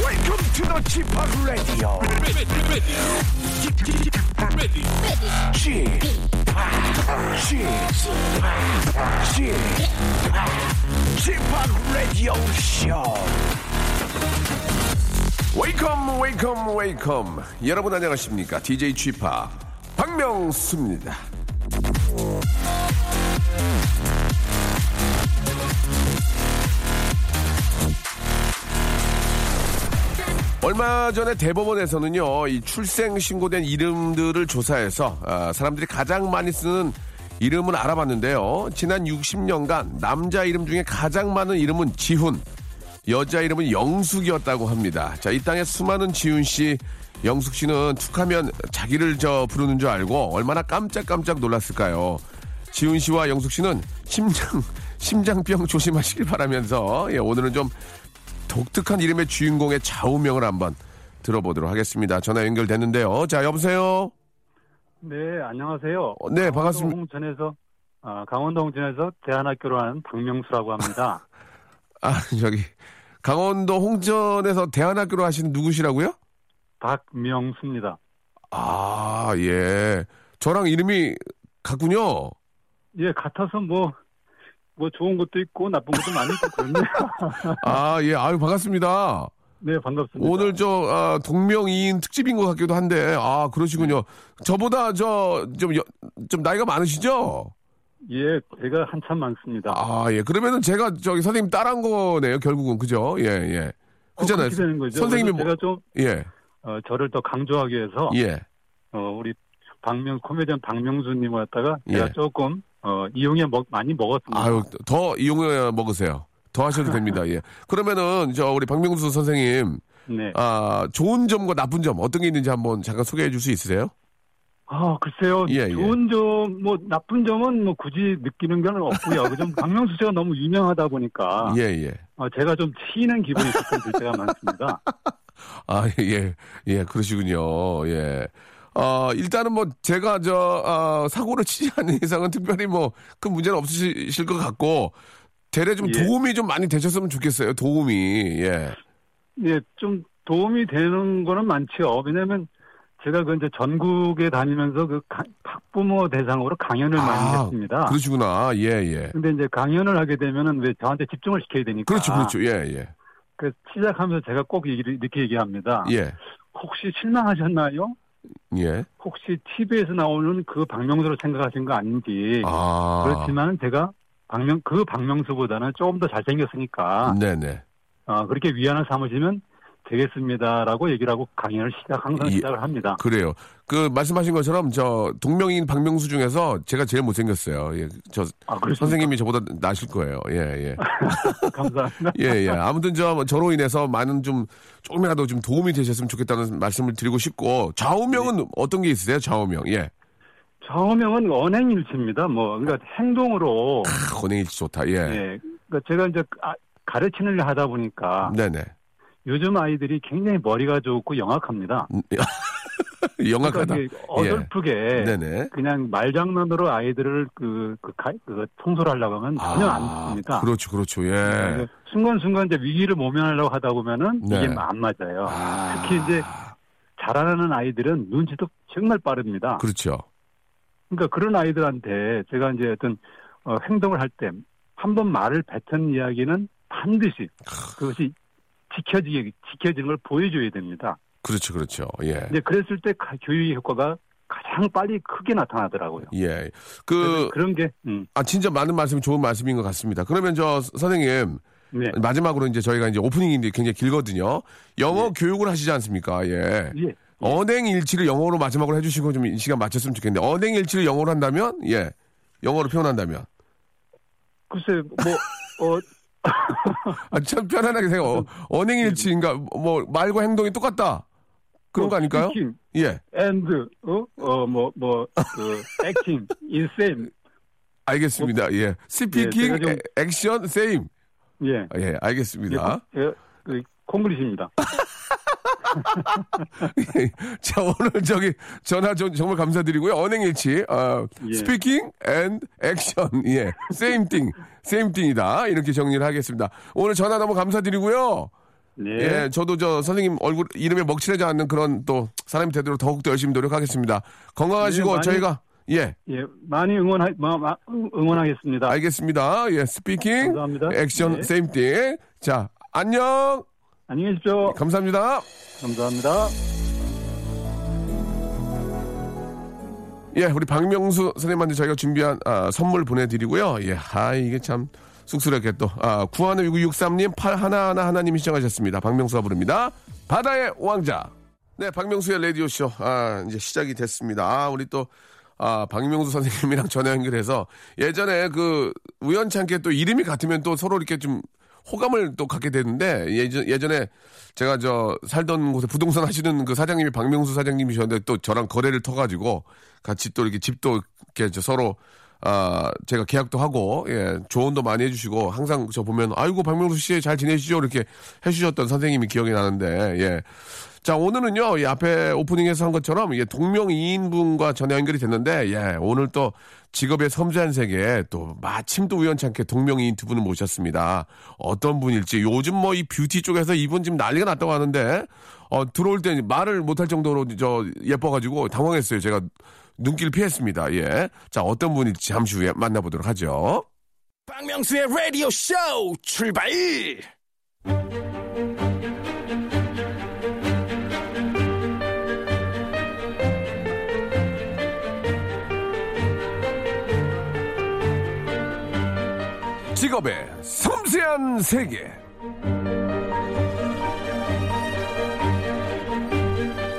Welcome to the Chip Radio. Chip Radio Show. Welcome, welcome, welcome. 여러분 안녕하십니까? DJ Chip 박명수입니다. 얼마 전에 대법원에서는요, 이 출생 신고된 이름들을 조사해서 아, 사람들이 가장 많이 쓰는 이름을 알아봤는데요. 지난 60년간 남자 이름 중에 가장 많은 이름은 지훈, 여자 이름은 영숙이었다고 합니다. 자, 이 땅의 수많은 지훈 씨, 영숙 씨는 툭하면 자기를 저 부르는 줄 알고 얼마나 깜짝깜짝 놀랐을까요? 지훈 씨와 영숙 씨는 심장 심장병 조심하시길 바라면서 예, 오늘은 좀 독특한 이름의 주인공의 좌우명을 한번 들어보도록 하겠습니다. 전화 연결됐는데요. 자, 여보세요? 네, 안녕하세요. 어, 네, 반갑습니다. 홍천에서 아, 강원도 홍천에서 대한학교로 하는 박명수라고 합니다. 아, 저기, 강원도 홍천에서 대안학교로 하시는 누구시라고요? 박명수입니다. 아, 예. 저랑 이름이 같군요. 예, 같아서 뭐, 뭐 좋은 것도 있고 나쁜 것도 많이 있고 그렇네요. 아, 예. 아유, 반갑습니다. 네, 반갑습니다. 오늘 저, 아, 동명이인 특집인 것 같기도 한데, 아, 그러시군요. 저보다 저, 좀, 여- 좀 나이가 많으시죠? 예, 제가 한참 많습니다. 아, 예. 그러면은 제가 저기 선생님 따라한 거네요, 결국은. 그죠? 예, 예. 어, 그잖아요. 게 되는 거죠. 선생님이 뭐, 그래서 제가 좀 예, 어, 저를 더 강조하기 위해서 예. 어, 우리 박명 코미디언 박명수님 왔다가 제가 예. 조금 어, 이용해 먹, 많이 먹었습니다. 아유, 더 이용해 먹으세요. 더 하셔도 됩니다. 예. 그러면은 저 우리 박명수 선생님 네. 아 좋은 점과 나쁜 점 어떤 게 있는지 한번 잠깐 소개해 줄 수 있으세요? 아, 글쎄요. 예, 예. 좋은 점, 뭐, 나쁜 점은 뭐, 굳이 느끼는 건 없고요. 그좀 박명수 씨가 너무 유명하다 보니까. 예, 예. 어, 제가 좀 치이는 기분이 조금 들 때가 많습니다. 아, 예, 예, 그러시군요. 예. 어, 일단은 뭐, 제가, 저, 아, 사고를 치지 않는 이상은 특별히 뭐, 큰 문제는 없으실 것 같고, 대래 좀 예. 도움이 좀 많이 되셨으면 좋겠어요. 도움이. 예. 예, 좀 도움이 되는 거는 많지요. 왜냐면, 제가 그 이제 전국에 다니면서 그 가- 학부모 대상으로 강연을 많이 아, 했습니다. 그러시구나. 예, 예. 근데 이제 강연을 하게 되면은 왜 저한테 집중을 시켜야 되니까. 그렇죠, 그렇죠. 예, 예. 그래서 시작하면서 제가 꼭 얘기를 이렇게 얘기합니다. 예. 혹시 실망하셨나요? 예. 혹시 TV에서 나오는 그 박명수로 생각하신 거 아닌지. 아. 예. 그렇지만 제가 박명 그 박명수보다는 조금 더 잘생겼으니까 네네. 어, 그렇게 위안을 삼으시면 되겠습니다라고 얘기를 하고 강연을 시작 항상 예. 시작을 합니다. 그래요. 그 말씀하신 것처럼 저 동명인 박명수 중에서 제가 제일 못생겼어요. 예, 저 아 그렇습니다. 선생님이 저보다 나실 거예요. 예, 예. 감사합니다. 예, 예. 아무튼 저 저로 인해서 많은 좀 조금이라도 좀 도움이 되셨으면 좋겠다는 말씀을 드리고 싶고 좌우명은 어떤 게 있으세요? 좌우명. 예. 저명은 언행일치입니다. 뭐 그러니까 아. 행동으로 크, 아, 권행일치 좋다. 예. 예, 그러니까 제가 이제 아- 가르치는 일 하다 보니까 네, 네. 요즘 아이들이 굉장히 머리가 좋고 영악합니다. 영악하다. 그러니까 이게 예. 어설프게 네, 네. 그냥 말장난으로 아이들을 그, 그, 가- 그 청소를 하려고 하면 전혀 안 아, 됩니다. 네, 그렇죠, 그렇죠. 예. 그래서 순간순간 이제 위기를 모면하려고 하다 보면은 네. 이게 안 맞아요. 아. 특히 이제 자라나는 아이들은 눈치도 정말 빠릅니다. 그... 러 그렇죠. 니까 그런 아이들한테 제가 이제 어떤 어, 행동을 할 때 한 번 말을 뱉은 이야기는 반드시 그것이 지켜지게 지켜지는 걸 보여줘야 됩니다. 그렇죠, 그렇죠. 예. 이제 그랬을 때 가- 교육의 효과가 가장 빨리 크게 나타나더라고요. 예. 그 그런 게 음, 아, 진짜 많은 말씀 좋은 말씀인 것 같습니다. 그러면 저 선생님 네. 마지막으로 이제 저희가 이제 오프닝인데 굉장히 길거든요. 네. 영어 교육을 하시지 않습니까? 예. 예. 언행일치를 영어로 마지막으로 해주시고 좀 이 시간 마쳤으면 좋겠는데 언행일치를 영어로 한다면 예 영어로 표현한다면 글쎄 뭐 어, 아, 참 편안하게 생각. 어, 네. 언행일치인가? 뭐 말과 행동이 똑같다. 그런 어, 거 아닐까요? 스피킹, 예. 뭐, and 어? 뭐, 어뭐뭐그 acting, insane 알겠습니다. 예. 스피킹, 어, 제가 좀- 에- 액션, 세임. 예, 예, 알겠습니다. 예, 그 콩글리시입니다. 자, 오늘 저기 전화 좀 정말 감사드리고요. 언행일치. 어, 예. 스피킹 앤 액션. 예. 세임 띵. 세임 띵이다. 이렇게 정리를 하겠습니다. 오늘 전화 너무 감사드리고요. 네, 예, 저도 저 선생님 얼굴 이름에 먹칠하지 않는 그런 또 사람이 되도록 더욱더 열심히 노력하겠습니다. 건강하시고 네, 많이- 저희가 예, 예, 많이 응원하 마- 마- 응- 응원하겠습니다. 알겠습니다. 예, 스피킹, 감사합니다. 액션, 네. 세임띵. 자, 안녕. 안녕히 계십시오. 감사합니다. 감사합니다. 예, 우리 박명수 선생님한테 저희가 준비한 아, 선물 보내드리고요. 예, 아 이게 참 쑥스럽게 또 아, 956963님 8111하나님이 시청하셨습니다. 박명수가 부릅니다. 바다의 왕자. 네, 박명수의 라디오 쇼 아, 이제 시작이 됐습니다. 아, 우리 또 아, 박명수 선생님이랑 전화 연결해서 예전에 그 우연찮게 또 이름이 같으면 또 서로 이렇게 좀 호감을 또 갖게 되는데 예전, 예전에 제가 저 살던 곳에 부동산 하시는 그 사장님이 박명수 사장님이셨는데 또 저랑 거래를 터가지고 같이 또 이렇게 집도 이렇게 저 서로 아 제가 계약도 하고 예 조언도 많이 해주시고 항상 저 보면 아이고 박명수 씨 잘 지내시죠 이렇게 해주셨던 선생님이 기억이 나는데 예. 자 오늘은요 이 앞에 오프닝에서 한 것처럼 예, 동명 이인분과 전화 연결이 됐는데 예 오늘 또 직업의 섬세한 세계에 또 마침 또 우연찮게 동명 이인 두 분을 모셨습니다 어떤 분일지 요즘 뭐 이 뷰티 쪽에서 이분 지금 난리가 났다고 하는데 어 들어올 때 말을 못할 정도로 저 예뻐가지고 당황했어요 제가 눈길 피했습니다 예자 어떤 분일지 잠시 후에 만나보도록 하죠. 박명수의 라디오 쇼 출발! 직업의 섬세한 세계.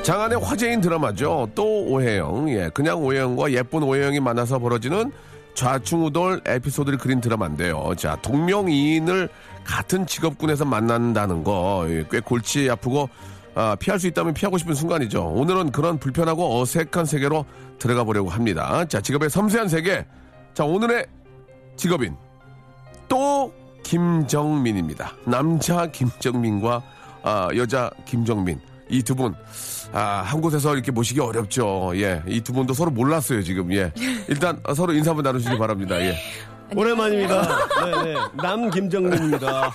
장안의 화제인 드라마죠. 또 오해영. 예, 그냥 오해영과 예쁜 오해영이 만나서 벌어지는 좌충우돌 에피소드를 그린 드라마인데요. 자, 동명이인을 같은 직업군에서 만난다는 거, 예, 꽤 골치 아프고, 아, 피할 수 있다면 피하고 싶은 순간이죠. 오늘은 그런 불편하고 어색한 세계로 들어가 보려고 합니다. 자, 직업의 섬세한 세계. 자, 오늘의 직업인. 또 김정민입니다. 남자 김정민과 아, 여자 김정민 이 두 분. 아, 한 곳에서 이렇게 모시기 어렵죠. 예. 이 두 분도 서로 몰랐어요, 지금. 예. 일단 서로 인사 한번 나누시기 바랍니다. 예. 오랜만입니다. 네네. 남 김정민입니다.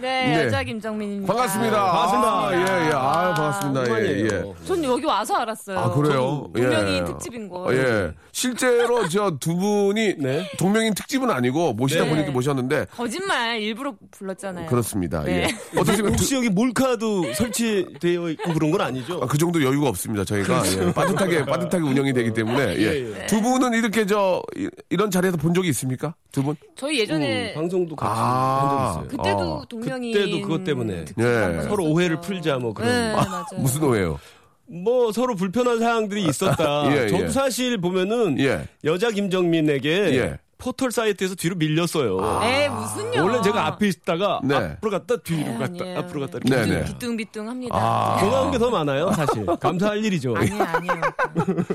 네, 네. 여자 김정민입니다. 반갑습니다. 반갑습니다. 아, 예, 예. 아, 반갑습니다. 예, 예. 오랜만이에요. 전 여기 와서 알았어요. 아, 그래요? 동명이인 특집인 거. 어, 예. 실제로 저 두 분이 네. 동명인 특집은 아니고 모시다 네. 보니까 모셨는데 거짓말 일부러 불렀잖아요. 그렇습니다. 네. 예. 어떻게 보면 혹시 여기 몰카도 설치되어 있고 그런 건 아니죠? 아, 그 정도 여유가 없습니다. 저희가 예, 빠듯하게 빠듯하게 운영이 되기 때문에 예. 그렇죠. 예, 두 분은 이렇게 저 이- 이런 자리에서 본 적이 있습니까? 두 분? 저희 음, 예전에 방송도 같이 아. 한적 있어요. 그때도 어. 동명이인 그때도 그것 때문에. 특집 예. 한번 서로 했었죠. 오해를 풀자 뭐 그런. 네, 맞아요. 무슨 오해요? 뭐 서로 불편한 사항들이 있었다. 예, 저도 예. 사실 보면은 예. 여자 김정민에게 예. 아. 포털 사이트에서 뒤로 밀렸어요. 에 무슨요? 아, 원래 제가 앞에 있다가 네. 앞으로 갔다 뒤로 갔다 아니에요. 앞으로 갔다 이렇게 네, 네. 비뚱비뚱합니다. 네, 아. 공감한 게 더 많아요, 사실. 감사할 일이죠. 아니에요, 아니에요.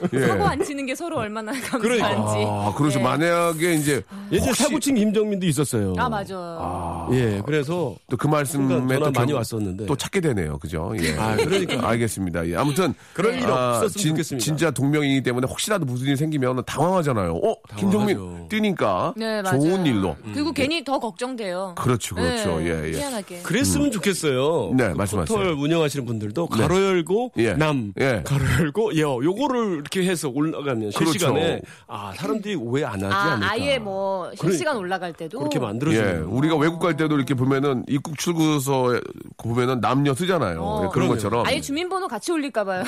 예. 그 사고 안 치는 게 서로 얼마나 감사한지. 그러니까. 아, 그러죠. 예. 만약에 이제 예전에 혹시- 사고친 김정민도 있었어요. 아, 맞아요. 예, 그래서 또 그 순간 말씀에 그러니까 전화 또 많이 결국 왔었는데. 또 찾게 되네요. 그죠? 예. 아, 그러니까. 알겠습니다. 예. 아무튼 그럴 일 없었으면 진, 좋겠습니다. 진짜 동명이기 때문에 혹시라도 무슨 일이 생기면 당황하잖아요. 어, 김종민 뛰니까 네, 맞아요. 좋은 일로. 그리고 괜히 더 걱정돼요. 그렇죠. 그렇죠. 네, 예, 예. 희한하게. 그랬으면 좋겠어요. 네, 그 말씀하세요. 포털 운영하시는 분들도 가로 열고 예. 남, 예. 가로 열고 여 요거를 이렇게 해서 올라가면 그렇죠. 실시간에 아 사람들이 오해 안 하지 아, 않을까. 아예 뭐 그러니까. 실시간 올라갈 때도 그렇게 예, 만들어주는 우리가 외국 갈 때도 이렇게 보면은 입국 출구서에 보면은 남녀 쓰잖아요. 어. 예, 그런 그럼요. 것처럼. 아예 주민번호 같이 올릴까 봐요.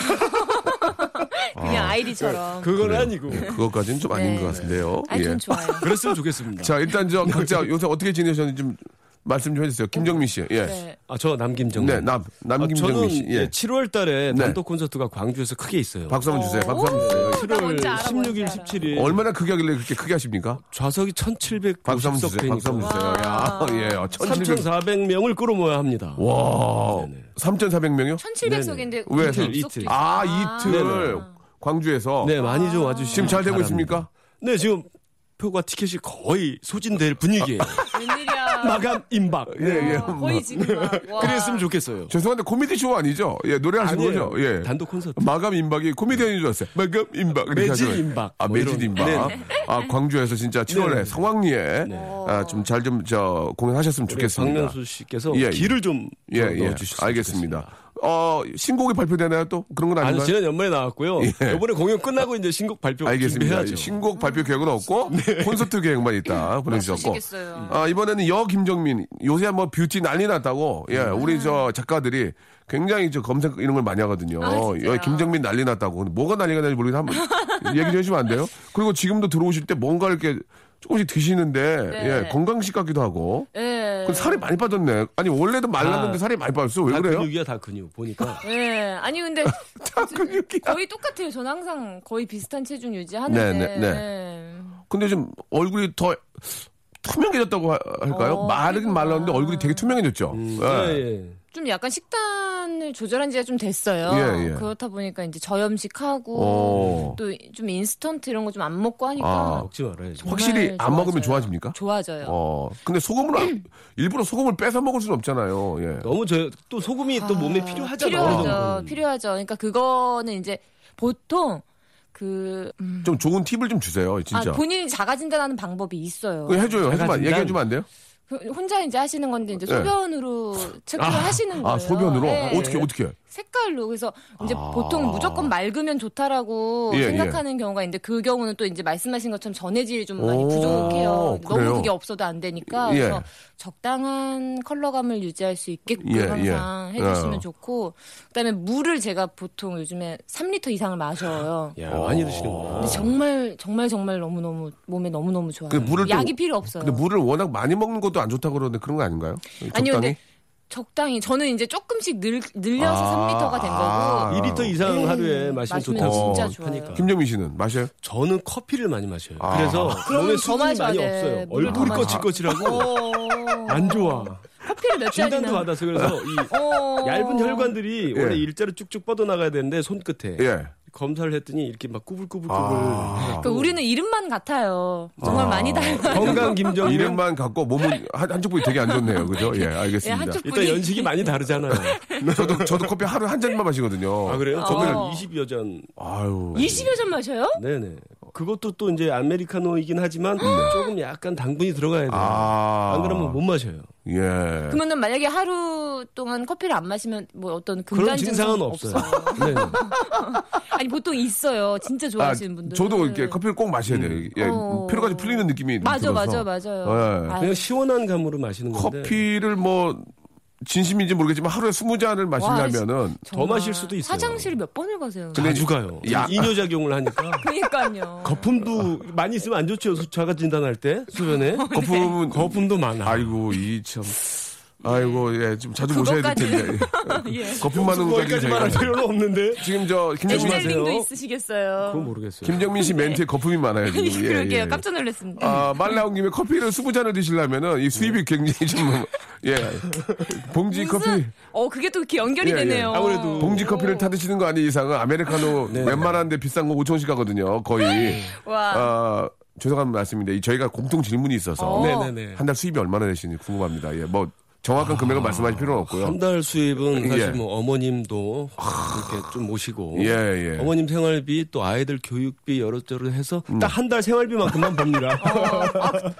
그냥 아이디처럼. 그건 아니고. 예, 그것까지는 좀 아닌 네. 것 같은데요. 아니 예. 전 좋아요. 그랬으면 좋겠습니다. 자, 일단 저 각자 요새 어떻게 지내셨는지 좀 말씀 좀 해주세요. 김정민 씨. 예. 네. 아, 저 남김정. 네, 남, 남김정민 아, 저는 씨. 예. 7월 달에 네. 단독 콘서트가 광주에서 크게 있어요. 박수 한번 주세요. 박수 한번 주세요. 오, 나 7월 뭔지 알아, 뭔지 16일, 알아. 17일. 얼마나 크게 하길래 그렇게 크게 하십니까? 좌석이 1700. 박수 한번 주세요. 박수 한번 주세요. 야, 예. 어, 1700. 3,400명을 끌어모아야 합니다. 와. 3,400명이요? 1700 속인데 네, 왜? 이틀, 이틀. 이틀. 아, 네네. 이틀. 광주에서. 네, 많이 좀 와주시면 지금 잘 되고 바랍니다. 있습니까? 네, 지금 표가 티켓이 거의 소진될 분위기예요. 네. 웬일이야. 마감 임박. 예, 예. 거의 지금 막, 와. 그랬으면 좋겠어요. 죄송한데 코미디쇼 아니죠? 예, 노래하시는 아니에요. 거죠? 예. 단독 콘서트. 마감 임박이 코미디언인 줄 알았어요. 마감 임박. 이렇게 매진 하잖아요. 임박. 아, 뭐 매진 이런. 임박. 아, 광주에서 진짜 7월에 네. 성황리에 아, 좀 잘 좀, 저, 공연하셨으면 좋겠습니다. 박명수 씨께서 예, 예. 길을 좀 예, 예. 넣어주셨으면 알겠습니다. 좋겠습니다. 어, 신곡이 발표되나요 또? 그런 건 아니 아닌가요? 지난 연말에 나왔고요. 이번에 공연 끝나고 이제 신곡 발표 예. 알겠습니다. 예, 준비해야죠. 네. 신곡 발표 계획은 없고 콘서트 계획만 있다 보내주셨고 맛있겠어요. 아, 이번에는 여 김정민 요새 한번 뷰티 난리 났다고 예 음. 우리 저 작가들이 굉장히 저 검색 이런 걸 많이 하거든요. 아, 진짜요? 여 김정민 난리 났다고 근데 뭐가 난리가 나는지 모르겠는데 한번 얘기 좀 해주시면 안 돼요? 그리고 지금도 들어오실 때 뭔가 이렇게 조금씩 드시는데 네. 예 건강식 같기도 하고 예. 근데 살이 많이 빠졌네. 아니 원래도 말랐는데 아. 살이 많이 빠졌어 다 왜 그래요? 근육이야 다 근육 보니까. 그 예. 아니 근데 거의 똑같아요. 전 항상 거의 비슷한 체중 유지하는데. 예. 네, 네, 네. 근데 좀 얼굴이 더 투명해졌다고 하- 할까요? 어, 마르긴 그렇구나. 네. 말랐는데 얼굴이 되게 투명해졌죠. 음, 예. 예, 예. 좀 약간 식단을 조절한 지가 좀 됐어요. 예, 예. 그렇다 보니까 이제 저염식하고 오. 또 좀 인스턴트 이런 거 좀 안 먹고 하니까 아, 먹지 말아야죠. 정말 확실히 안 좋아져요. 먹으면 좋아집니까? 좋아져요. 어. 근데 소금을 안- 일부러 소금을 빼서 먹을 수는 없잖아요. 예. 너무 저 또 소금이 또 몸에 필요하잖아요. 필요하죠. 필요하죠. 그러니까 그거는 이제 보통 그 음, 좀 좋은 팁을 좀 주세요. 아, 진짜. 본인이 자가 진단하는 방법이 있어요. 그거 해줘요. 해주면 제가 얘기해 주면 안 돼요? 그 혼자 이제 하시는 건데 이제 네. 소변으로 체크를 하시는 거예요. 아 소변으로 네. 어떻게 어떻게? 색깔로 그래서 이제 아. 보통 무조건 맑으면 좋다라고 예, 생각하는 경우가 있는데 그 경우는 또 이제 말씀하신 것처럼 전해질이 좀 많이 오, 부족해요. 그래요? 너무 그게 없어도 안 되니까 예. 그래서 적당한 컬러감을 유지할 수 있게끔 예, 항상 예. 해주시면 어. 좋고 그다음에 물을 제가 보통 요즘에 3리터 이상을 마셔요. 야 네, 많이 어. 드시는구나. 근데 정말 정말 정말 너무 너무 몸에 너무 너무 좋아요. 근데 그 물을 또- 약이 필요 없어요. 근데 물을 워낙 많이 먹는 것도 안 좋다 고 그러는데 그런 거 아닌가요? 적당히? 아니요, 근데 적당히 저는 이제 조금씩 늘, 늘려서 아. 3리터가 된 거고. 아. 2리터 이상 예, 하루에 마시면 마시면 좋다고 진짜 하니까. 좋아요. 김정민 씨는 마셔요? 저는 커피를 많이 마셔요. 아. 그래서 그럼 몸에 더 수분이 마셔야 많이 돼. 없어요. 물을 얼굴이 더 마셔. 거칠거칠하고 어. 안 좋아. 커피를 몇 잔이나 진단도 받아서 그래서 이 어. 얇은 혈관들이 예. 원래 일자로 쭉쭉 뻗어나가야 되는데 손끝에 예. 검사를 했더니 이렇게 막 꾸불꾸불꾸불 아. 그러니까 우리는 이름만 같아요. 정말 많이 닮아. 건강 김정민 이름만 갖고 몸은 한, 한쪽 부위 되게 안 좋네요. 그죠? 예, 예, 알겠습니다. 한쪽 일단 분이 연식이 많이 다르잖아요. 어. 저도, 저도 커피 하루에 한 잔만 마시거든요. 아 그래요? 저는 어. 20여 잔. 아유. 20여 잔 마셔요? 네네. 그것도 또 이제 아메리카노이긴 하지만 조금 약간 당분이 들어가야 돼요. 아. 안 그러면 못 마셔요. 예. 그러면은 만약에 하루 동안 커피를 안 마시면 뭐 어떤 그런 금단 증상은 증상은 없어요. 네. 아니 보통 있어요. 진짜 아, 좋아하시는 분들. 네. 저도 이렇게 그 커피를 꼭 마셔야 돼요. 예, 어. 피로가 좀 풀리는 느낌이 맞아, 들어서. 맞아, 맞아요. 예. 아, 네. 그냥 시원한 감으로 마시는 건데 커피를 뭐 진심인지 모르겠지만 하루에 20잔을 마시려면은 더 마실 수도 있어요. 화장실 몇 번을 가세요? 근데 자주 가요. 야- 이뇨작용을 하니까 그러니까요. 거품도 많이 있으면 안 좋죠. 수- 자가 진단할 때 수변에 거품은 거품도 많아. 아이고 이 참. 아이고 예, 좀 자주 모셔야 될 텐데. 예. 거품 많은 것까지 거기까지 말할 저희가. 필요는 없는데. 지금 저 김정민 조심하세요. 엔젤링도 그 있으시겠어요. 그건 뭐 모르겠어요. 김정민 씨 멘트에 거품이 많아요. 지금. 아니, 예, 그러게요. 예. 깜짝 놀랐습니다. 아, 말 나온 김에 커피를 20잔을 드시려면은 이 네. 수입이 굉장히 좀 예. 봉지 커피 어, 그게 또 이렇게 연결이 예, 예. 되네요. 아무래도 봉지 커피를 타 드시는 거 아닌 이상은 아메리카노 네, 웬만한데 비싼 거 5천 원씩 하거든요. 거의. 와. 아, 죄송한 말씀인데 이 저희가 공통 질문이 있어서 어. 네네네. 한 달 수입이 얼마나 되시는지 궁금합니다. 예, 뭐 정확한 금액을 말씀하실 필요는 없고요. 아, 한 달 수입은 사실 예. 뭐 어머님도 이렇게 좀 모시고 예, 예. 어머님 생활비 또 아이들 교육비 여러저러 해서 음. 딱 한 달 생활비만큼만 법니다.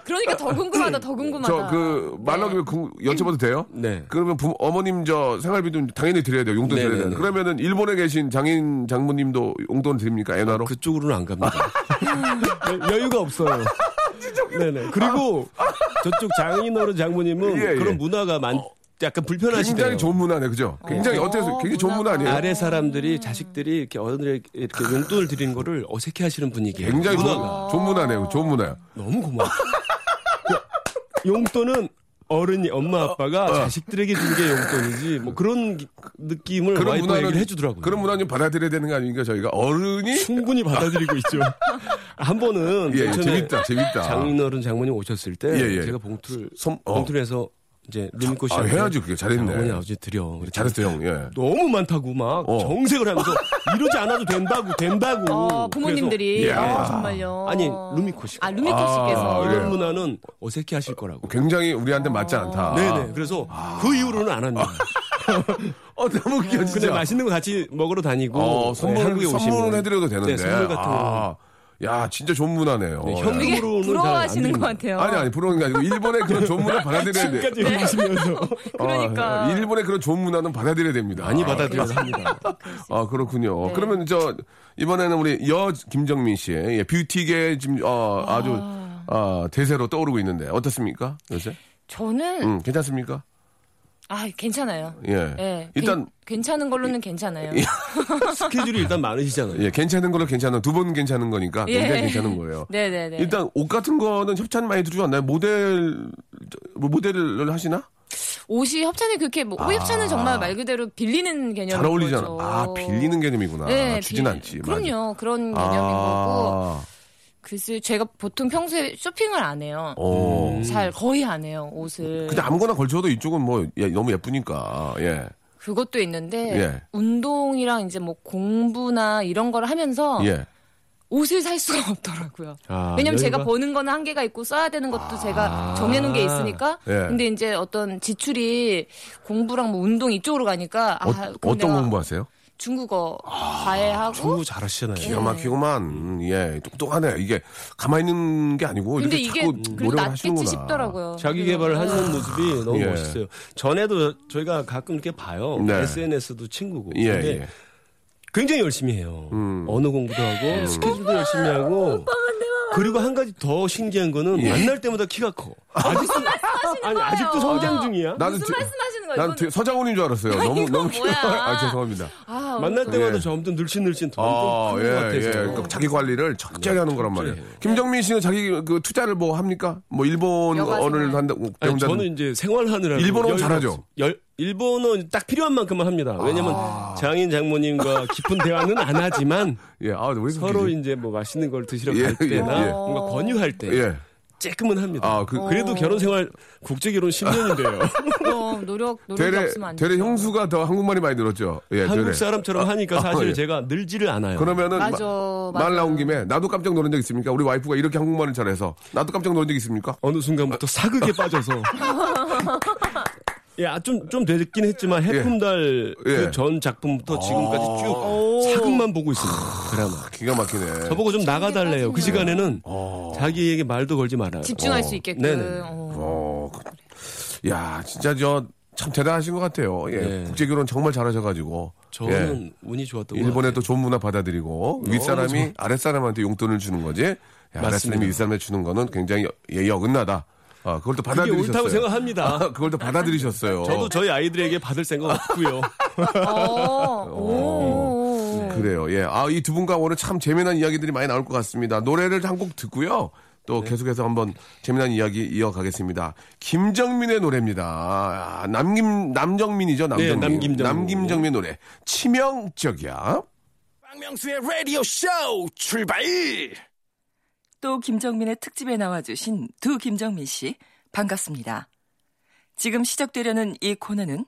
그러니까 더 궁금하다, 더 궁금하다. 저 그 말라기면 여쭤봐도 돼요? 네. 그러면 부- 어머님 저 생활비도 당연히 드려야 돼요. 용돈 드려야 돼요. 네네네. 그러면은 일본에 계신 장인 장모님도 용돈 드립니까? 엔화로? 아, 그쪽으로는 안 갑니다. 네, 여유가 없어요. 네네. 그리고 저쪽 장인어른 장모님은 예, 예. 그런 문화가 많, 약간 굉장히 불편하시대요. 좋은 문화네, 그죠? 굉장히 어때서 굉장히 좋은 문화 아니에요? 아래 사람들이 자식들이 이렇게 어른들에게 이렇게 용돈을 드리는 거를 어색해하시는 분위기예요. 굉장히 좋은, 문화가 좋은 문화네요. 좋은 문화요. 너무 고마워. 그 용돈은 어른이 엄마 아빠가 자식들에게 준 게 용돈이지 뭐 그런 기- 느낌을 와이프 얘기를 해주더라고요. 음, 그런 문화는 받아들여야 되는 거 아닙니까 저희가 어른이 충분히 받아들이고 있죠. 한 번은 예, 예전에 재밌다, 재밌다. 장인어른 장모님 오셨을 때 예, 예. 제가 봉투를 손- 어. 봉투에서 이제 눈꽃 아, 해야지, 그게. 잘했네. 어머니 아버지 드려. 그랬더니 잘했어 형. 예. 너무 많다고 막 어. 정색을 하면서 이러지 않아도 된다고 음, 된다고. 어, 부모님들이 그래서, 아, 정말요. 아니, 루미코 씨가. 아, 루미코 씨께서. 예. 아, 이런 예. 문화는 어색해 하실 거라고. 굉장히 우리한테 맞지 않다. 아, 네네. 그래서 그 이후로는 안 합니다. 어 너무 웃겨 아. 진짜. 근데 맛있는 거 같이 먹으러 다니고 어, 네, 선물을, 한국에 오시면 선물은 해드려도 되는데. 네, 선물 같은 거. 아, 야, 진짜 좋은 문화네요. 네, 예. 되게 현금으로는 잘안 부러워하시는 됩니다. 것 같아요. 아니, 아니, 부러운 게 아니고, 일본의 그런 좋은 문화 받아들여야 돼. 네. 지금까지 오시면서 그러니까. 아, 일본의 그런 좋은 문화는 받아들여야 됩니다. 많이 받아들여서 합니다. 아, 그렇군요. 네. 그러면 저, 이번에는 우리 여 김정민 씨의 예, 뷰티계 지금, 어, 아주, 어, 대세로 떠오르고 있는데, 어떻습니까? 요새? 저는, 음, 괜찮습니까? 아, 괜찮아요. 예. 예. 일단, 괜- 괜찮은 걸로는 괜찮아요. 스케줄이 일단 많으시잖아요. 예, 괜찮은 걸로 괜찮은, 두 번 괜찮은 거니까, 예. 굉장히 괜찮은 거예요. 네네네. 일단, 옷 같은 거는 협찬 많이 들어오지 않나요? 모델, 뭐 모델을 하시나? 옷이 협찬이 그렇게, 뭐, 협찬은 정말 말 그대로 빌리는 개념인 아. 잘 어울리잖아. 거죠. 아, 빌리는 개념이구나. 네, 주진 빌- 않지. 맞아. 그럼요. 그런 아, 개념인 거고. 글쎄, 제가 보통 평소에 쇼핑을 안 해요. 어. 잘 거의 안 해요 옷을. 근데 아무거나 걸쳐도 이쪽은 뭐 예, 너무 예쁘니까. 예. 그것도 있는데 예. 운동이랑 이제 뭐 공부나 이런 걸 하면서 예. 옷을 살 수가 없더라고요. 아, 왜냐면 제가 여유가- 보는 거는 한계가 있고 써야 되는 것도 제가 정해놓은 게 있으니까. 아. 예. 근데 이제 어떤 지출이 공부랑 뭐 운동 이쪽으로 가니까 아, 어, 그럼 어떤 내가 공부하세요? 아, 중국어 과외하고. 공부 잘하시잖아요. 예, 기가 막히구만. 음, 예. 똑똑하네. 이게 가만히 있는 게 아니고 근데 이렇게 이게 자꾸 그래도 노력을 낫겠지 하시는구나. 싶더라고요. 네. 자기 개발을 하는 모습이 너무 예. 멋있어요. 전에도 저희가 가끔 이렇게 봐요. 네. SNS도 친구고. 예, 근데 예. 음. 굉장히 열심히 해요. 언어 공부도 하고 스케줄도 열심히 아, 하고. 그리고 한 가지 더 신기한 거는 예. 만날 때마다 키가 커. 아직도 아니 아직도 성장 중이야. 나는 뒤- 말씀하시는 거예요? 나는 뒤- 서장훈인 줄 알았어요. 너무 이건 너무 뭐야. 아, 죄송합니다. 아, 만날 때마다 예. 점점 늘씬늘씬 아, 더큰것 예, 예. 같아서. 그러니까 자기 관리를 철저히 하는 거란 말이에요. 철저히 해요. 김정민 씨는 자기 그 투자를 뭐 합니까? 뭐 일본어를 여가생활. 한다고 뭐 아니, 배운다는- 저는 이제 생활하느라 일본어 잘하죠? 열, 일본어 딱 필요한 만큼만 합니다. 왜냐면 아. 장인 장모님과 깊은 대화는 안 하지만 예, 아, 왜 이렇게 서로 웃기지? 이제 뭐 맛있는 걸 드시러 예, 갈 때나 예, 예. 뭔가 권유할 때 예. 조금은 합니다. 아, 그- 아, 그래도 결혼 생활 국제 결혼 10년인데요. 그럼 뭐 노력 노력이 대래 없으면 안 돼. 대래 형수가 더 한국말이 많이 늘었죠. 예, 대래. 한국 사람처럼 하니까 아, 사실 예. 제가 늘지를 않아요. 그러면은 마- 맞아, 말 맞아. 나온 김에 나도 깜짝 놀란 적 있습니까? 우리 와이프가 이렇게 한국말을 잘해서 나도 깜짝 놀란 적 있습니까? 어느 순간부터 사극에 빠져서 야, 좀, 좀 됐긴 했지만, 해품달 예. 예. 그 전 작품부터 지금까지 쭉 사극만 보고 있습니다. 아. 드라마. 기가 막히네. 저보고 좀 나가달래요. 아. 그 시간에는 아. 자기에게 말도 걸지 말아요. 집중할 어. 수 있게끔. 네네. 어. 어, 그- 야, 진짜 저 참 대단하신 것 같아요. 예, 예. 국제 결혼 정말 잘하셔가지고. 저는 네. 예. 운이 좋았던 것 일본에 또 좋은 문화 받아들이고 윗사람이 아랫사람한테 용돈을 주는 거지. 야, 아랫사람이 윗사람한테 주는 거는 굉장히 예의 어긋나다. 아, 그걸 또 같아요. 그게 받아들이셨어요. 옳다고 생각합니다. 아, 그걸 또 받아들이셨어요. 저도 저희 아이들에게 받을 생각 없고요. 어. 오. 네. 그래요. 예. 아, 이 두 분과 오늘 참 재미난 이야기들이 많이 나올 것 같습니다. 노래를 한 곡 듣고요. 또 네. 계속해서 한번 재미난 이야기 이어가겠습니다. 김정민의 노래입니다. 아, 남김, 남정민이죠? 남정민. 네, 남김정민. 남김정민 노래. 치명적이야. 박명수의 라디오 쇼 출발! 또 김정민의 특집에 나와주신 두 김정민 씨 반갑습니다. 지금 시작되려는 이 코너는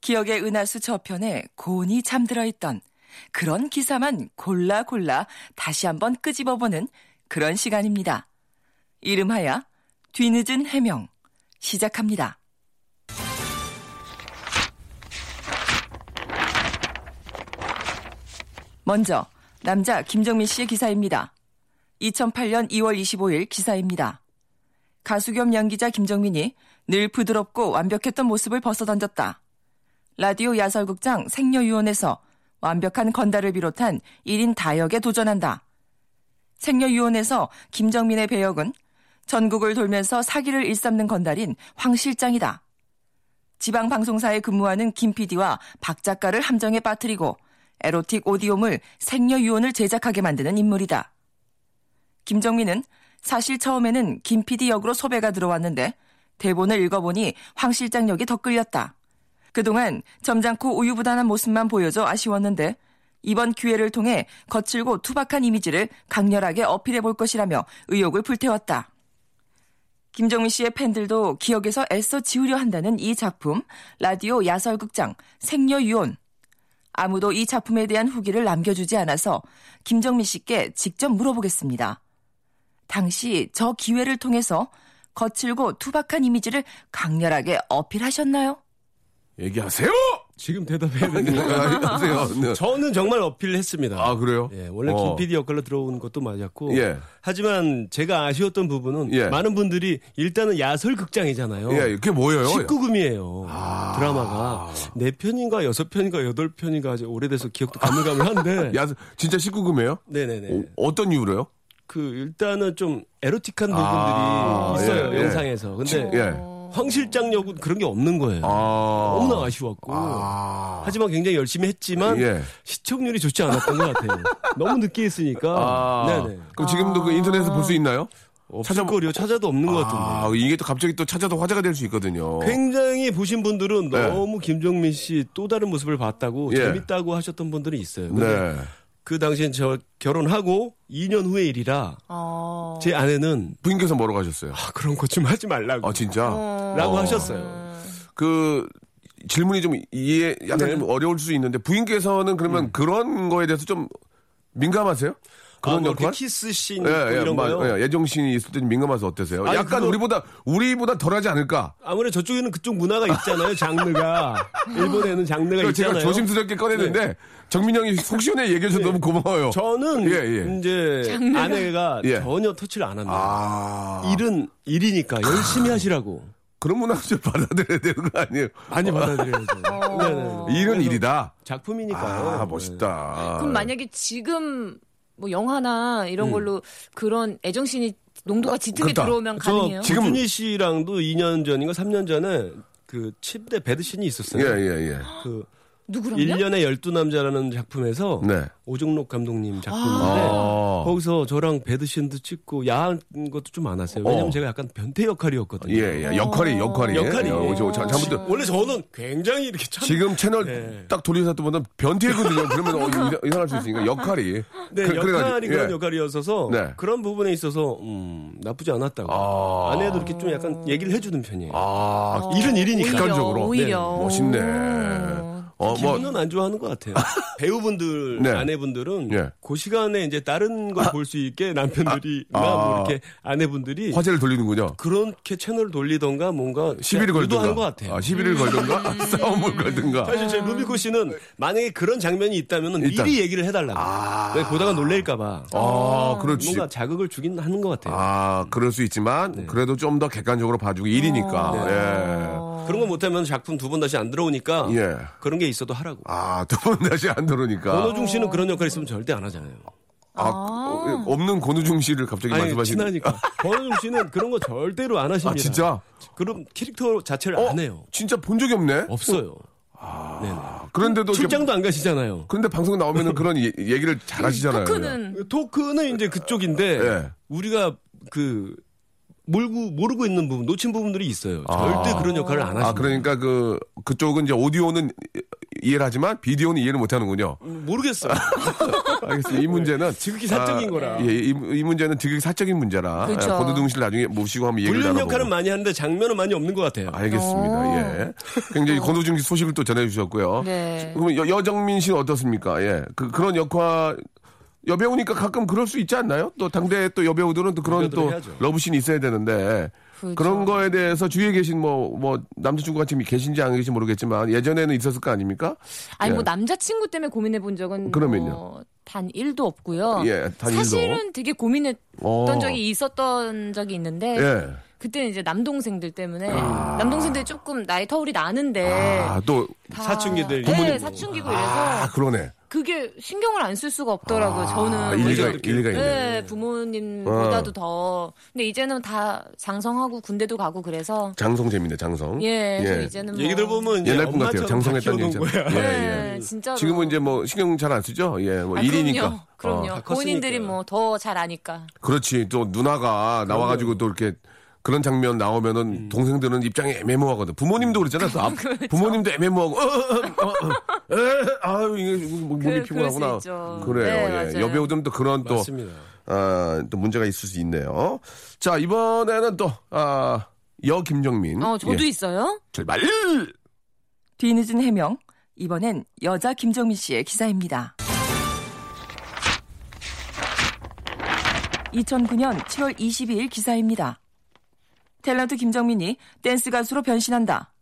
기억의 은하수 저편에 고온이 잠들어 있던 그런 기사만 골라 골라 다시 한번 끄집어보는 그런 시간입니다. 이름하여 뒤늦은 해명 시작합니다. 먼저 남자 김정민 씨의 기사입니다. 2008년 2월 25일 기사입니다. 가수 겸 연기자 김정민이 늘 부드럽고 완벽했던 모습을 벗어던졌다. 라디오 야설극장 생녀유언에서 완벽한 건달을 비롯한 1인 다역에 도전한다. 생녀유언에서 김정민의 배역은 전국을 돌면서 사기를 일삼는 건달인 황 실장이다. 지방 방송사에 근무하는 김 PD와 박 작가를 함정에 빠뜨리고 에로틱 오디오물 생녀유언을 제작하게 만드는 인물이다. 김정민은 사실 처음에는 김 PD 역으로 섭외가 들어왔는데 대본을 읽어보니 황 실장 역이 더 끌렸다. 그동안 점잖고 우유부단한 모습만 보여줘 아쉬웠는데 이번 기회를 통해 거칠고 투박한 이미지를 강렬하게 어필해 볼 것이라며 의욕을 불태웠다. 김정민 씨의 팬들도 기억에서 애써 지우려 한다는 이 작품 라디오 야설극장 생녀유혼 아무도 이 작품에 대한 후기를 남겨주지 않아서 김정민 씨께 직접 물어보겠습니다. 당시 저 기회를 통해서 거칠고 투박한 이미지를 강렬하게 어필하셨나요? 얘기하세요! 지금 대답해야 네, 되는데. 하세요. 네. 저는 정말 어필을 했습니다. 아, 그래요? 예, 원래 어. 김 PD 역할로 들어온 것도 맞았고. 예. 하지만 제가 아쉬웠던 부분은 예. 많은 분들이 일단은 야설 극장이잖아요. 예, 그게 뭐예요? 아. 19금이에요. 드라마가 네 편인가 여섯 편인가 여덟 편인가 아직 오래돼서 기억도 가물가물한데. 야, 진짜 19금이에요? 네네네. 어떤 이유로요? 그 일단은 좀 에로틱한 부분들이 아, 있어요 예, 예. 영상에서. 근데 예. 황 실장 역은 그런 게 없는 거예요. 아. 너무나 아쉬웠고. 아. 하지만 굉장히 열심히 했지만 예. 시청률이 좋지 않았던 것 같아요. 너무 늦게 했으니까. 아. 네네. 그럼 지금도 그 인터넷에서 볼 수 있나요? 찾을 거리요 찾아도 없는 것 같은데. 아, 이게 또 갑자기 또 찾아도 화제가 될 수 있거든요. 굉장히 보신 분들은 네. 너무 김종민 씨 또 다른 모습을 봤다고 예. 재밌다고 하셨던 분들이 있어요. 근데 네. 그 당시엔 저 결혼하고 2년 후의 일이라 어. 제 아내는 부인께서 뭐라고 하셨어요? 아, 그런 것 좀 하지 말라고 아, 진짜? 라고 하셨어요. 그 질문이 좀 이해 약간 네. 음. 좀 어려울 수 있는데 부인께서는 그러면 그런 거에 대해서 좀 민감하세요? 아, 그런 뭐 이렇게 역할? 키스 씬 예, 뭐 예, 이런 마- 거요. 예, 예정신이 있을 때좀 민감해서 어떠세요? 아니, 약간 그거- 우리보다 우리보다 덜하지 않을까? 아무래도 저쪽에는 그쪽 문화가 있잖아요. 장르가 일본에는 장르가 그걸 그러니까 제가 네, 있잖아요. 네. 조심스럽게 꺼내는데 정민영이 속시원해 얘기해줘서 너무 고마워요. 저는 음. 예, 예. 이제 아내가 예. 전혀 터치를 안 합니다. 아 일은 일이니까 열심히 하시라고 그런 문화 좀 받아들여야 되는 거 아니에요? 많이 받아들여야죠. 어, 네네. 일은 일이다. 작품이니까요. 아 예. 멋있다. 네. 그럼 만약에 지금 뭐 영화나 이런 걸로 그런 애정신이 농도가 짙게 그렇다. 네. 들어오면 저 가능해요? 지금- 지금 이 씨랑도 2년 전인가 3년 전에 그 침대 배드신이 있었어요. 예예 예. 그 누구랑요? 1년의 열두 남자라는 작품에서 네. 오종록 감독님 작품인데 아. 거기서 저랑 배드신도 찍고 야한 것도 좀 많았어요. 왜냐면 어. 제가 약간 변태 네. 역할이었거든요. 예, 예. 역할이, 역할이. 역할이. 예, 어, 저, 자, 지- 잘못, 원래 저는 굉장히 이렇게 참 지금 채널 네. 딱 돌리셨다 보면 변태거든요. 그러면 어, 이상- 이상할 수 있으니까 역할이. 네, 그- 그래가지고, 역할이 그런 예. 역할이었어서 네. 그런 부분에 있어서 음, 나쁘지 않았다고 아. 아... 내도 이렇게 좀 약간 얘기를 해주는 편이에요. 아, 일은 일이니까. 객관적으로. 어, 오히려. 네, 멋있네. 어, 뭐, 기분은 안 좋아하는 것 같아요. 배우분들, 네. 아내분들은 예. 그 시간에 이제 다른 걸 볼 수 있게 남편들이나 아. 뭐 이렇게 아내분들이 화제를 돌리는군요. 그렇게 채널을 돌리던가 뭔가 10일을 네, 유도한 걸든가. 것 같아요. 아, 음. 10일을 걸든가. 싸움을 걸든가. 사실 제 루비코 아. 씨는 만약에 그런 장면이 있다면 일단. 미리 얘기를 해달라고. 왜 보다가 놀랄까봐. 아, 그렇지. 어, 뭔가 자극을 주긴 하는 것 같아요. 네. 아, 그럴 수 있지만, 그래도 좀 더 객관적으로 봐주고 일이니까. 어, 예. 그런 거 못하면 작품 두 번 다시 안 들어오니까 예. 그런 게 있어도 하라고. 아, 두 번 다시 안 들어오니까. 권호중 씨는 그런 역할 있으면 절대 안 하잖아요. 아, 어, 없는 권우중 씨를 갑자기 아니 말씀하시는. 친하니까. 권호중 씨는 그런 거 절대로 안 하십니다. 아, 진짜? 그럼 캐릭터 자체를 어? 안 해요. 진짜 본 적이 없네? 없어요. 아, 그런데도. 이렇게- 출장도 안 가시잖아요. 그런데 방송 나오면은 그런 예, 얘- 얘기를 잘 하시잖아요. 토크는 토크는 이제 그쪽인데 예. 우리가 그 몰고 모르고 있는 부분, 놓친 부분들이 있어요. 아. 절대 그런 역할을 안 하시는. 아, 그러니까 그, 그쪽은 이제 오디오는 이해를 하지만 비디오는 이해를 못 하는군요. 모르겠어요. 알겠습니다. 이 문제는. 지극히 사적인 거라. 예, 이, 이 문제는 지극히 사적인 문제라. 예, 그렇죠. 고두둥 씨를 나중에 모시고 한번 얘기를 물론 나눠보고. 역할은 많이 하는데 장면은 많이 없는 것 같아요. 알겠습니다. 예. 굉장히 권우중 씨 소식을 또 전해주셨고요. 어. 네. 그럼 여, 여정민 씨는 어떻습니까? 예. 그, 그런 역할, 여배우니까 가끔 그럴 수 있지 않나요? 또 당대 또 여배우들은 또 그런 여배우들은 또 해야죠. 러브씬이 있어야 되는데. 그렇죠. 그런 거에 대해서 주위에 계신 뭐, 뭐, 남자친구가 지금 계신지 안 계신지 모르겠지만 예전에는 있었을 거 아닙니까? 아니 예. 뭐 남자친구 때문에 고민해 본 적은 그러면요? 뭐, 단 1도 없고요. 예, 단 일도. 어. 사실은 되게 고민했던 어. 적이 있었던 적이 있는데 예. 그때는 이제 남동생들 때문에 남동생들이 조금 나이 터울이 나는데 아, 또, 다- 사춘기들 네, 부모님. 사춘기고 아, 이래서 그러네. 그게 신경을 안 쓸 수가 없더라고요. 아, 저는 일리가, 오히려 이렇게- 일리가 있네. 네, 부모님보다도 어. 더. 근데 이제는 다 장성하고 군대도 가고 그래서 장성 재밌네, 장성. 예, 그래서 이제는 뭐 얘기들 보면 이제 옛날 분 같아요. 엄마처럼 장성했던 다 얘기. 키워놓은 거야. 예, 예. 네, 진짜로 지금은 이제 뭐 신경 잘 안 쓰죠? 예, 뭐 아, 일이니까. 그럼요. 어, 그럼요. 다 컸으니까. 본인들이 뭐 더 잘 아니까. 그렇지. 또 누나가 나와가지고 또 이렇게 그런 장면 나오면은 동생들은 입장이 애매모호하거든. 부모님도 그렇잖아요. 또 앞- 부모님도 애매모호하고 어, 어, 어, 어, 어, 에, 아유 이게 뭐, 몸이 그럴 수 피곤하구나. 있죠. 그래요. 네, 예. 맞아요. 여배우들은 또 그런 또 맞습니다. 아, 또 문제가 있을 수 있네요. 자, 이번에는 또, 아, 여 김정민. 어, 저도 예. 있어요. 제발! 뒤늦은 해명. 이번엔 여자 김정민 씨의 기사입니다. 2009년 7월 22일 기사입니다. 탤런트 김정민이 댄스 가수로 변신한다.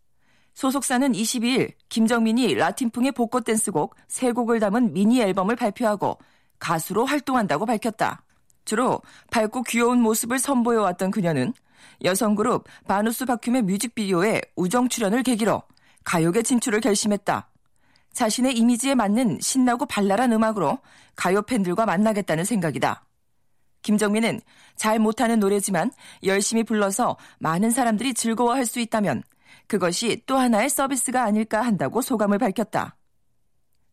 소속사는 22일 김정민이 라틴풍의 복고 댄스곡 3곡을 담은 미니 앨범을 발표하고 가수로 활동한다고 밝혔다. 주로 밝고 귀여운 모습을 선보여왔던 그녀는 여성그룹 바누스 바큐의 뮤직비디오에 우정 출연을 계기로 가요계 진출을 결심했다. 자신의 이미지에 맞는 신나고 발랄한 음악으로 가요 팬들과 만나겠다는 생각이다. 김정민은 잘 못하는 노래지만 열심히 불러서 많은 사람들이 즐거워할 수 있다면 그것이 또 하나의 서비스가 아닐까 한다고 소감을 밝혔다.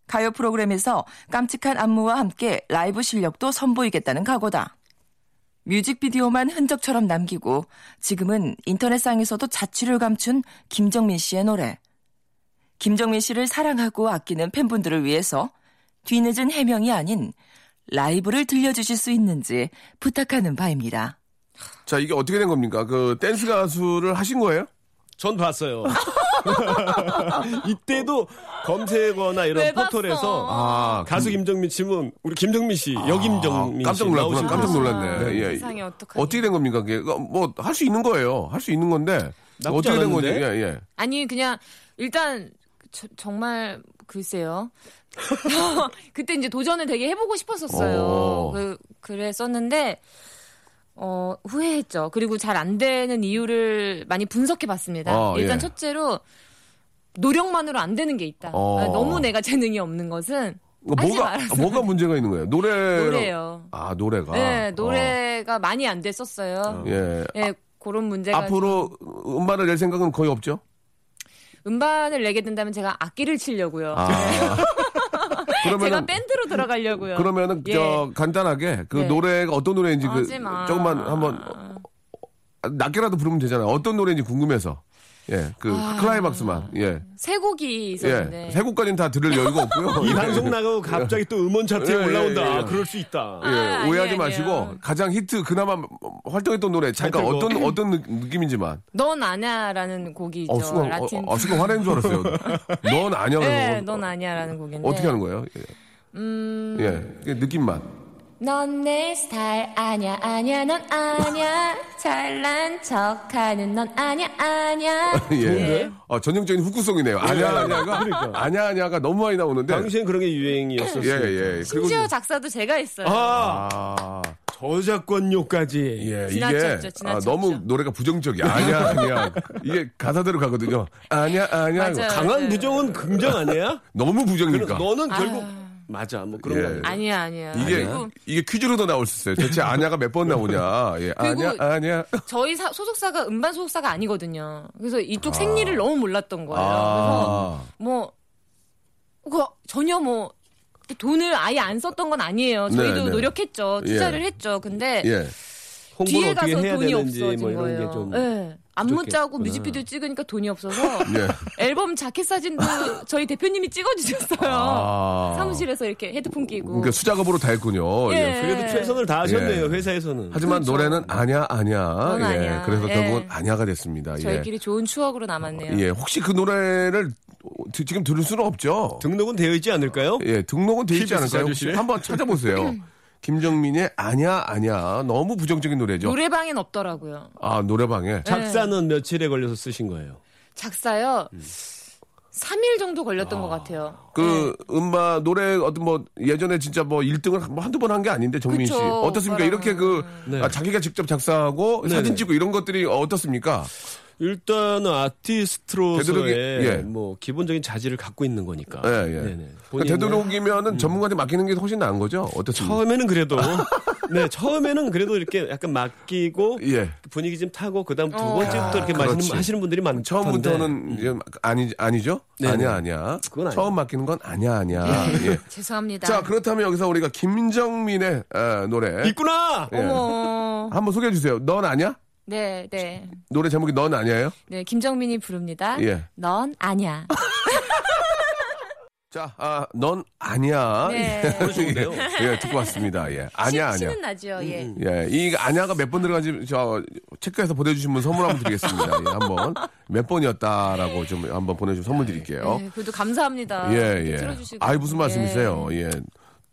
가요 프로그램에서 깜찍한 안무와 함께 라이브 실력도 선보이겠다는 각오다. 뮤직비디오만 흔적처럼 남기고 지금은 인터넷상에서도 자취를 감춘 김정민 씨의 노래. 김정민 씨를 사랑하고 아끼는 팬분들을 위해서 뒤늦은 해명이 아닌 라이브를 들려주실 수 있는지 부탁하는 바입니다. 자, 이게 어떻게 된 겁니까? 그, 댄스 가수를 하신 거예요? 전 봤어요. 이때도 검색어나 이런 왜 봤어? 포털에서 아, 가수 김정민 씨면 우리 김정민 씨, 여김정민 씨 깜짝 놀랐구나. 나오시고 깜짝 놀랐네. 아, 예, 예. 세상에 어떡하니. 어떻게 된 겁니까? 그게? 그 뭐, 할 수 있는 거예요. 할 수 있는 건데. 나쁘지 어떻게 된 거지? 예, 않았는데? 예. 아니 그냥 일단 저- 정말 글쎄요. 그때 이제 도전을 되게 해보고 싶었었어요. 오. 그, 그랬었는데 어, 후회했죠. 그리고 잘 안 되는 이유를 많이 분석해봤습니다. 어, 일단 예. 첫째로 노력만으로 안 되는 게 있다. 어. 아, 너무 내가 재능이 없는 것은 하지 그러니까 뭐가, 말았어요. 뭐가 문제가 있는 거예요? 노래. 노래요. 아, 노래가. 네, 어. 노래가 많이 안 됐었어요. 예, 예. 그런 문제가 앞으로 음반을 낼 생각은 거의 없죠? 음반을 내게 된다면 제가 악기를 치려고요. 아. 제가 그러면은 밴드로 들어가려고요. 그러면은 예. 저 간단하게 그 네. 노래가 어떤 노래인지 그 하지 마. 조금만 한번 낮게라도 부르면 되잖아요. 어떤 노래인지 궁금해서. 예, 그 클라이막스만. 예, 세 아. 곡이 있었는데 예. 세 곡까지는 다 들을 여유가 없고요. 이 예. 방송 나가고 갑자기 또 음원 예, 차트에 예, 올라온다. 예, 예. 아, 그럴 수 있다. 예, 아, 아니에요, 오해하지 아니에요. 마시고 가장 히트 그나마 활동했던 노래 잠깐 타이틀곡. 어떤 어떤 느- 느낌인지만. 넌 아냐라는 곡이 있죠. 어, 수건 어, 라틴. 어, 수건 화낸 줄 알았어요. 넌 아니야. 네, 그러고. 넌 네. 음. 아냐라는 곡인데. 어떻게 하는 거예요? 예. 예, 그 느낌만. 넌 내 스타일 아냐 아냐 넌 아냐 잘난 척하는 넌 아냐 아냐. 예. 어, 전형적인 예. 후쿠송이네요. 아냐, 아냐가, 그러니까. 아냐, 아냐가 너무 많이 나오는데. 당시엔 그런 게 유행이었었어요. 예, 예. 그리고. 심지어 작사도 제가 했어요. 아, 아, 저작권료까지. 예, 이게. 지나쳤죠, 지나쳤죠. 아, 너무 노래가 부정적이야. 아냐, 아냐. 이게 가사대로 가거든요. 아냐, 아냐. 맞아요. 강한 부정은 긍정 아니야? 너무 그러니까. 부정이니까. 너는 결국 맞아. 뭐 그런 예. 거. 아니야. 아. 아니야 아니야. 이게, 그리고 이게 퀴즈로도 나올 수 있어요. 대체 아냐가 몇 번 나오냐. 예, 아냐, 그리고- 아냐. 저희 사- 소속사가 음반 소속사가 아니거든요. 그래서 이쪽 생리를 너무 몰랐던 거예요. 아. 그래서 뭐, 그 전혀 뭐, 돈을 아예 안 썼던 건 아니에요. 저희도 네, 네. 노력했죠. 투자를 예. 했죠. 근데 예. 홍보를 뒤에 어떻게 가서 해야 돈이 되는지 없어진 뭐 이런 거예요. 게 좀. 예. 안무 부족했구나. 짜고 뮤직비디오 찍으니까 돈이 없어서 예. 앨범 자켓 사진도 저희 대표님이 찍어주셨어요. 아. 사무실에서 이렇게 헤드폰 끼고. 그러니까 수작업으로 다 했군요. 예. 그렇죠. 예. 그래도 최선을 다하셨네요. 회사에서는. 하지만 노래는 아냐, 아냐. 그건 예. 아냐. 그래서 결국은 예. 아냐가 됐습니다. 예. 저희끼리 좋은 추억으로 남았네요. 예, 혹시 그 노래를 어, 드- 지금 들을 수는 없죠. 등록은 되어 있지 않을까요? 예, 등록은 돼 있지 KBS 않을까요? 혹시 아저씨? 한번 찾아보세요. 김정민의 아냐 아냐 너무 부정적인 노래죠. 노래방엔 예. 없더라고요. 아 노래방에 작사는 며칠에 걸려서 쓰신 거예요. 작사요. 3일 정도 걸렸던 것 같아요. 그 네. 음반 노래 어떤 뭐 예전에 진짜 뭐 1등을 한두 번 한 게 아닌데 정민 씨 그쵸, 어떻습니까? 오빠랑은. 이렇게 그 네. 아, 자기가 직접 작사하고 사진 네네. 찍고 이런 것들이 어떻습니까? 일단은 아티스트로서의 되도록이- 예. 뭐 기본적인 자질을 갖고 있는 거니까. 예, 예. 아, 네네. 그러니까 본인의- 음. 되도록이면은 전문가한테 맡기는 게 훨씬 나은 거죠? 어떻습니까? 처음에는 그래도 네 처음에는 그래도 이렇게 약간 맡기고 예. 아, 분위기 좀 타고 그다음 두 번째부터 이렇게 마시는 그렇지. 하시는 분들이 많던데 처음부터는 이제 아니 아니죠? 네네. 아니야 아니야. 그건 아니에요. 네. 처음 맡기는 건 아니야 아니야. 예. 죄송합니다. 자 그렇다면 여기서 우리가 김정민의 에, 노래 있구나 예. 어머. 한번 소개해 주세요. 넌 아냐? 네, 네. 노래 제목이 넌 아니에요? 네, 김정민이 부릅니다. 예. 넌 아냐. 자, 아, 넌 아니야. 네. 예, 예, 듣고 왔습니다. 예. 아니야, 시- 아니야. 신은 나죠. 예. 예, 이 아냐가 몇 번 들어간지 저 체크해서 보내주신 분 선물 한번 드리겠습니다. 예, 한번 몇 번이었다라고 좀 한번 보내주면 선물 드릴게요. 네, 그래도 감사합니다. 예, 예. 들어주시고. 아이 무슨 말씀이세요? 예, 예,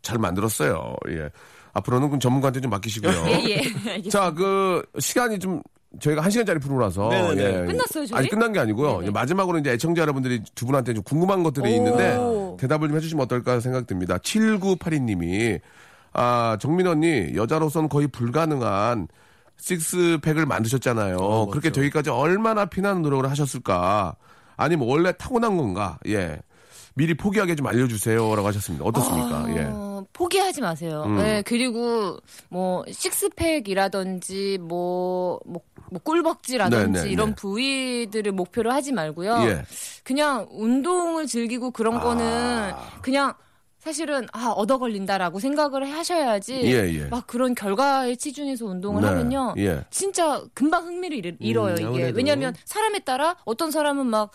잘 만들었어요. 예, 앞으로는 그럼 전문가한테 좀 맡기시고요. 예. 예. 알겠습니다. 자, 그 시간이 좀 저희가 한 시간짜리 프로라서 네네네. 예. 끝났어요, 저희? 네, 아직 끝난 게 아니고요. 이제 마지막으로 이제 애청자 여러분들이 두 분한테 좀 궁금한 것들이 있는데 대답을 좀 해주시면 어떨까 생각됩니다. 7982님이 아 정민 언니 여자로선 거의 불가능한 식스팩을 만드셨잖아요. 어, 그렇죠. 그렇게 되기까지 얼마나 피나는 노력을 하셨을까? 아니면 뭐 원래 타고난 건가? 예. 미리 포기하게 좀 알려주세요라고 하셨습니다. 어떻습니까? 예. 어, 포기하지 마세요. 음. 네, 그리고 뭐 식스팩이라든지 뭐, 뭐, 뭐 꿀벅지라든지 네, 네, 이런 네. 부위들을 목표로 하지 말고요. 예. 그냥 운동을 즐기고 그런 거는 아. 그냥 사실은 아 얻어 걸린다라고 생각을 하셔야지 예, 예. 막 그런 결과에 치중해서 운동을 네, 하면요 예. 진짜 금방 흥미를 잃- 잃어요 이게 음, 아무래도. 왜냐하면 사람에 따라 어떤 사람은 막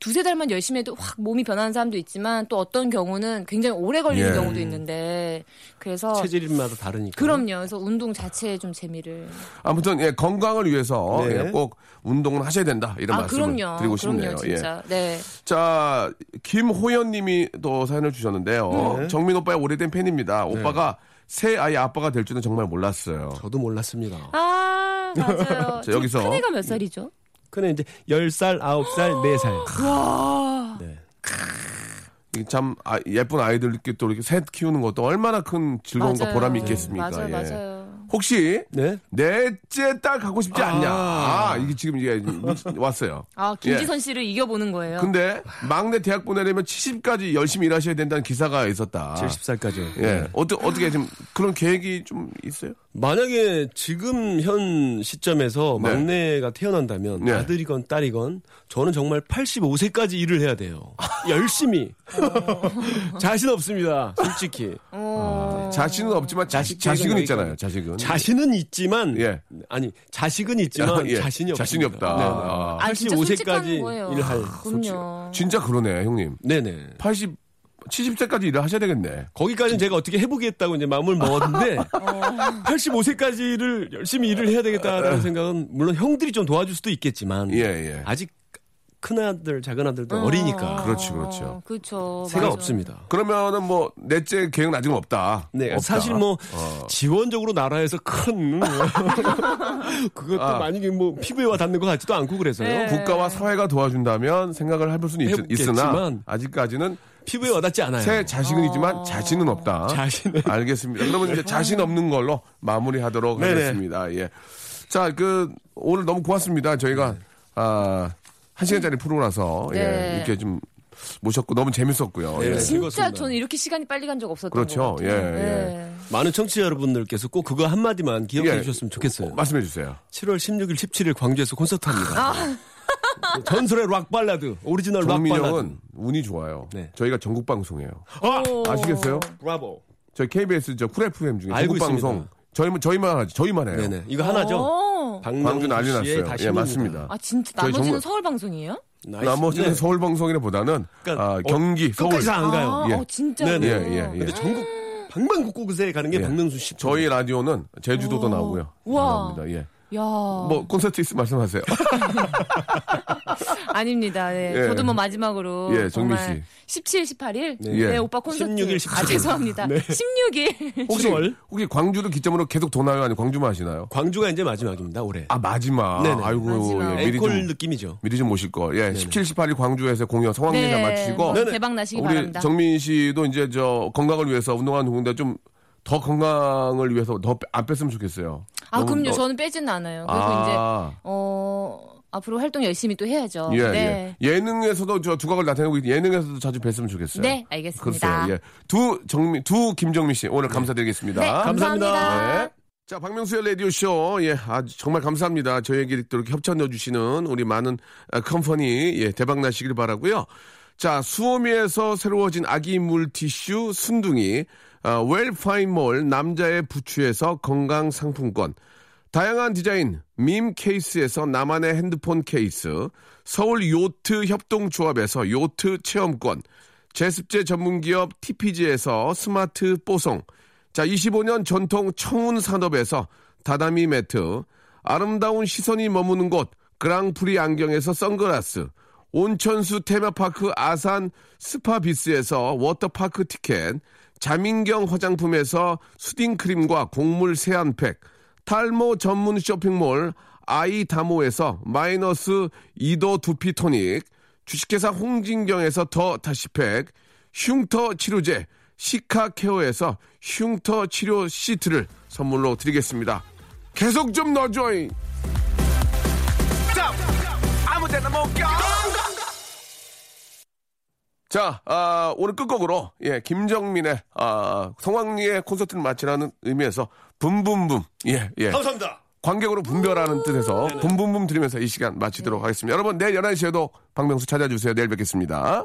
두세 달만 열심히 해도 확 몸이 변하는 사람도 있지만 또 어떤 경우는 굉장히 오래 걸리는 예. 경우도 있는데 그래서 체질마다 다르니까. 그럼요 그래서 운동 자체에 좀 재미를 아무튼 예, 건강을 위해서 네. 예, 꼭 운동은 하셔야 된다 이런 아 말씀을 그럼요 드리고 싶네요. 그럼요 예. 진짜 네 자 김호연님이 또 사연을 주셨는데요. 네. 정민 오빠의 오래된 팬입니다. 오빠가 새 아이 아빠가 될 줄은 정말 몰랐어요. 저도 몰랐습니다. 아, 맞아요. 자, 여기서. 큰애가 몇 살이죠? 그는 이제 10살, 9살, 4살. 이게 참 아, 예쁜 아이들 이렇게 또 이렇게 셋 키우는 것도 얼마나 큰 즐거움과 맞아요. 보람이 있겠습니까? 맞아요, 예. 맞아요. 혹시 네. 넷째 딸 갖고 싶지 않냐? 아, 이게 지금 이게 문- 왔어요. 아, 예. 김지선 씨를 이겨보는 거예요. 근데 막내 대학 보내려면 70까지 열심히 일하셔야 된다는 기사가 있었다. 70살까지요. 예. 어떠, 어떻게 지금 그런 계획이 좀 있어요? 만약에 지금 현 시점에서 네. 막내가 태어난다면 네. 아들이건 딸이건 저는 정말 85세까지 일을 해야 돼요. 열심히. 어. 자신 없습니다. 솔직히. 음. 어. 자신은 없지만 자식, 자식은 자식은 여기까지. 있잖아요. 자식은. 자신은 있지만 예. 아니 자식은 있지만 예. 자신이 없다. 네, 자신이 없다. 아. 아, 진짜 솔직한 85세까지 거예요. 아, 음. 일할. 그럼요. 진짜 그러네, 형님. 네네. 80, 70세까지 일을 하셔야 되겠네. 거기까지는 제가 어떻게 해보겠다고 이제 마음을 먹었는데 어. 85세까지를 열심히 일을 해야 되겠다라는 생각은 물론 형들이 좀 도와줄 수도 있겠지만 아. 예, 예. 아직 큰 아들 작은 아들도 어리니까 그렇지, 그렇죠. 그렇죠. 새가 맞아. 없습니다. 그러면은 뭐, 넷째 계획은 아직은 없다. 네, 없다. 어. 사실 뭐 지원적으로 나라에서 큰뭐 그것도 아. 많이 뭐 피부에 와 닿는 것 같지도 않고 그래서요. 네. 국가와 사회가 도와준다면 생각을 해볼 수는 있, 해보겠지만 있으나 아직까지는 피부에 와닿지 않아요. 새 자식은 어. 있지만 자신은 없다. 네. 자신은- 네. 알겠습니다. 그러면 이제 자신 없는 걸로 마무리하도록 네네. 하겠습니다. 예. 자, 그 오늘 너무 고맙습니다. 네. 저희가 아, 한 시간짜리 프로라서 예, 네. 이렇게 좀 모셨고 너무 재밌었고요. 네. 예. 진짜 즐거웠습니다. 저는 이렇게 시간이 빨리 간 적 없었던 그렇죠. 것 같아요. 예, 예. 네. 많은 청취자 여러분들께서 꼭 그거 한마디만 기억해 예. 주셨으면 좋겠어요. 말씀해 주세요. 7월 16일, 17일 광주에서 콘서트합니다. 아. 뭐 전설의 락 발라드, 오리지널 락 정민 발라드. 형은 운이 좋아요. 네. 저희가 전국 방송이에요. 아, 아시겠어요? 브라보. 저희 KBS 저 쿨FM 중에 알고 전국 방송 있습니다. 저희만 저희만 하죠. 저희만 해요. 네네, 이거 하나죠. 어. 광주 난리 씨의 났어요. 다시 예, 힘입니다. 맞습니다. 아, 진짜 저희 나머지는 정말- 서울 방송이에요? 나이스. 아, 나머지는 네. 서울 방송이라보다는 그러니까 아, 어, 경기 서울 끝까지 안 가요. 아, 예. 어, 진짜로. 네네. 예, 예, 예. 근데 전국 방방곡곡에 가는 게 예. 박명수 씨. 저희 라디오는 제주도도 나오고요. 우와. 어. 감사합니다. 예. 야. 뭐 콘서트 있으면 말씀하세요. 아닙니다. 네. 예. 저도 뭐 마지막으로 예, 정민 정말 17, 18일 네, 예. 네. 오빠 콘서트 16일, 아 17일. 죄송합니다. 16일 혹시 7월? 혹시 광주도 기점으로 계속 도나요? 아니 광주만 하시나요? 광주가 이제 마지막입니다, 올해. 아 마지막. 네네. 아이고 마지막. 예, 미리 앵콜 좀 느낌이죠. 미리 좀 모실 거. 예, 17, 18일 광주에서 공연 성황리 잘 네. 마치시고 뭐 대박 나시기 우리 바랍니다. 정민 씨도 이제 저 건강을 위해서 운동하는 누군데 좀 더 건강을 위해서 더 안 뺐으면 좋겠어요. 아, 너무 그럼요. 너- 저는 빼지는 않아요. 그래서 이제, 아. 어, 앞으로 활동 열심히 또 해야죠. 예, 네. 예. 예능에서도 저 두각을 나타내고 있- 예능에서도 자주 뵀으면 좋겠어요. 네, 그렇습니다. 알겠습니다. 예. 두 정민, 두 김정민 씨 오늘 감사드리겠습니다. 네, 감사합니다. 네. 자, 박명수의 라디오쇼. 예, 아 정말 감사합니다. 저희에게 또 이렇게 협찬해주시는 우리 많은 아, 컴퍼니, 예, 대박나시길 바라고요 자, 수오미에서 새로워진 아기 물티슈 순둥이, 아, 웰파인몰 남자의 부추에서 건강상품권, 다양한 디자인 밈 케이스에서 나만의 핸드폰 케이스, 서울 요트 협동조합에서 요트 체험권, 제습제 전문기업 TPG에서 스마트 뽀송, 자 25년 전통 청운 산업에서 다다미 매트, 아름다운 시선이 머무는 곳 그랑프리 안경에서 선글라스, 온천수 테마파크 아산 스파비스에서 워터파크 티켓, 자민경 화장품에서 수딩크림과 곡물 세안팩, 탈모 전문 쇼핑몰 아이다모에서 마이너스 2도 두피 토닉, 주식회사 홍진경에서 더 다시팩, 흉터 치료제 시카케어에서 흉터 치료 시트를 선물로 드리겠습니다. 계속 좀 넣어줘잉! 자, 아, 오늘 끝곡으로, 예, 김정민의, 아, 성황리의 콘서트를 마치라는 의미에서, 붐붐붐, 예, 예. 감사합니다. 관객으로 분별하는 뜻에서, 붐붐붐 드리면서 이 시간 마치도록 하겠습니다. 여러분, 내일 11시에도 박명수 찾아주세요. 내일 뵙겠습니다.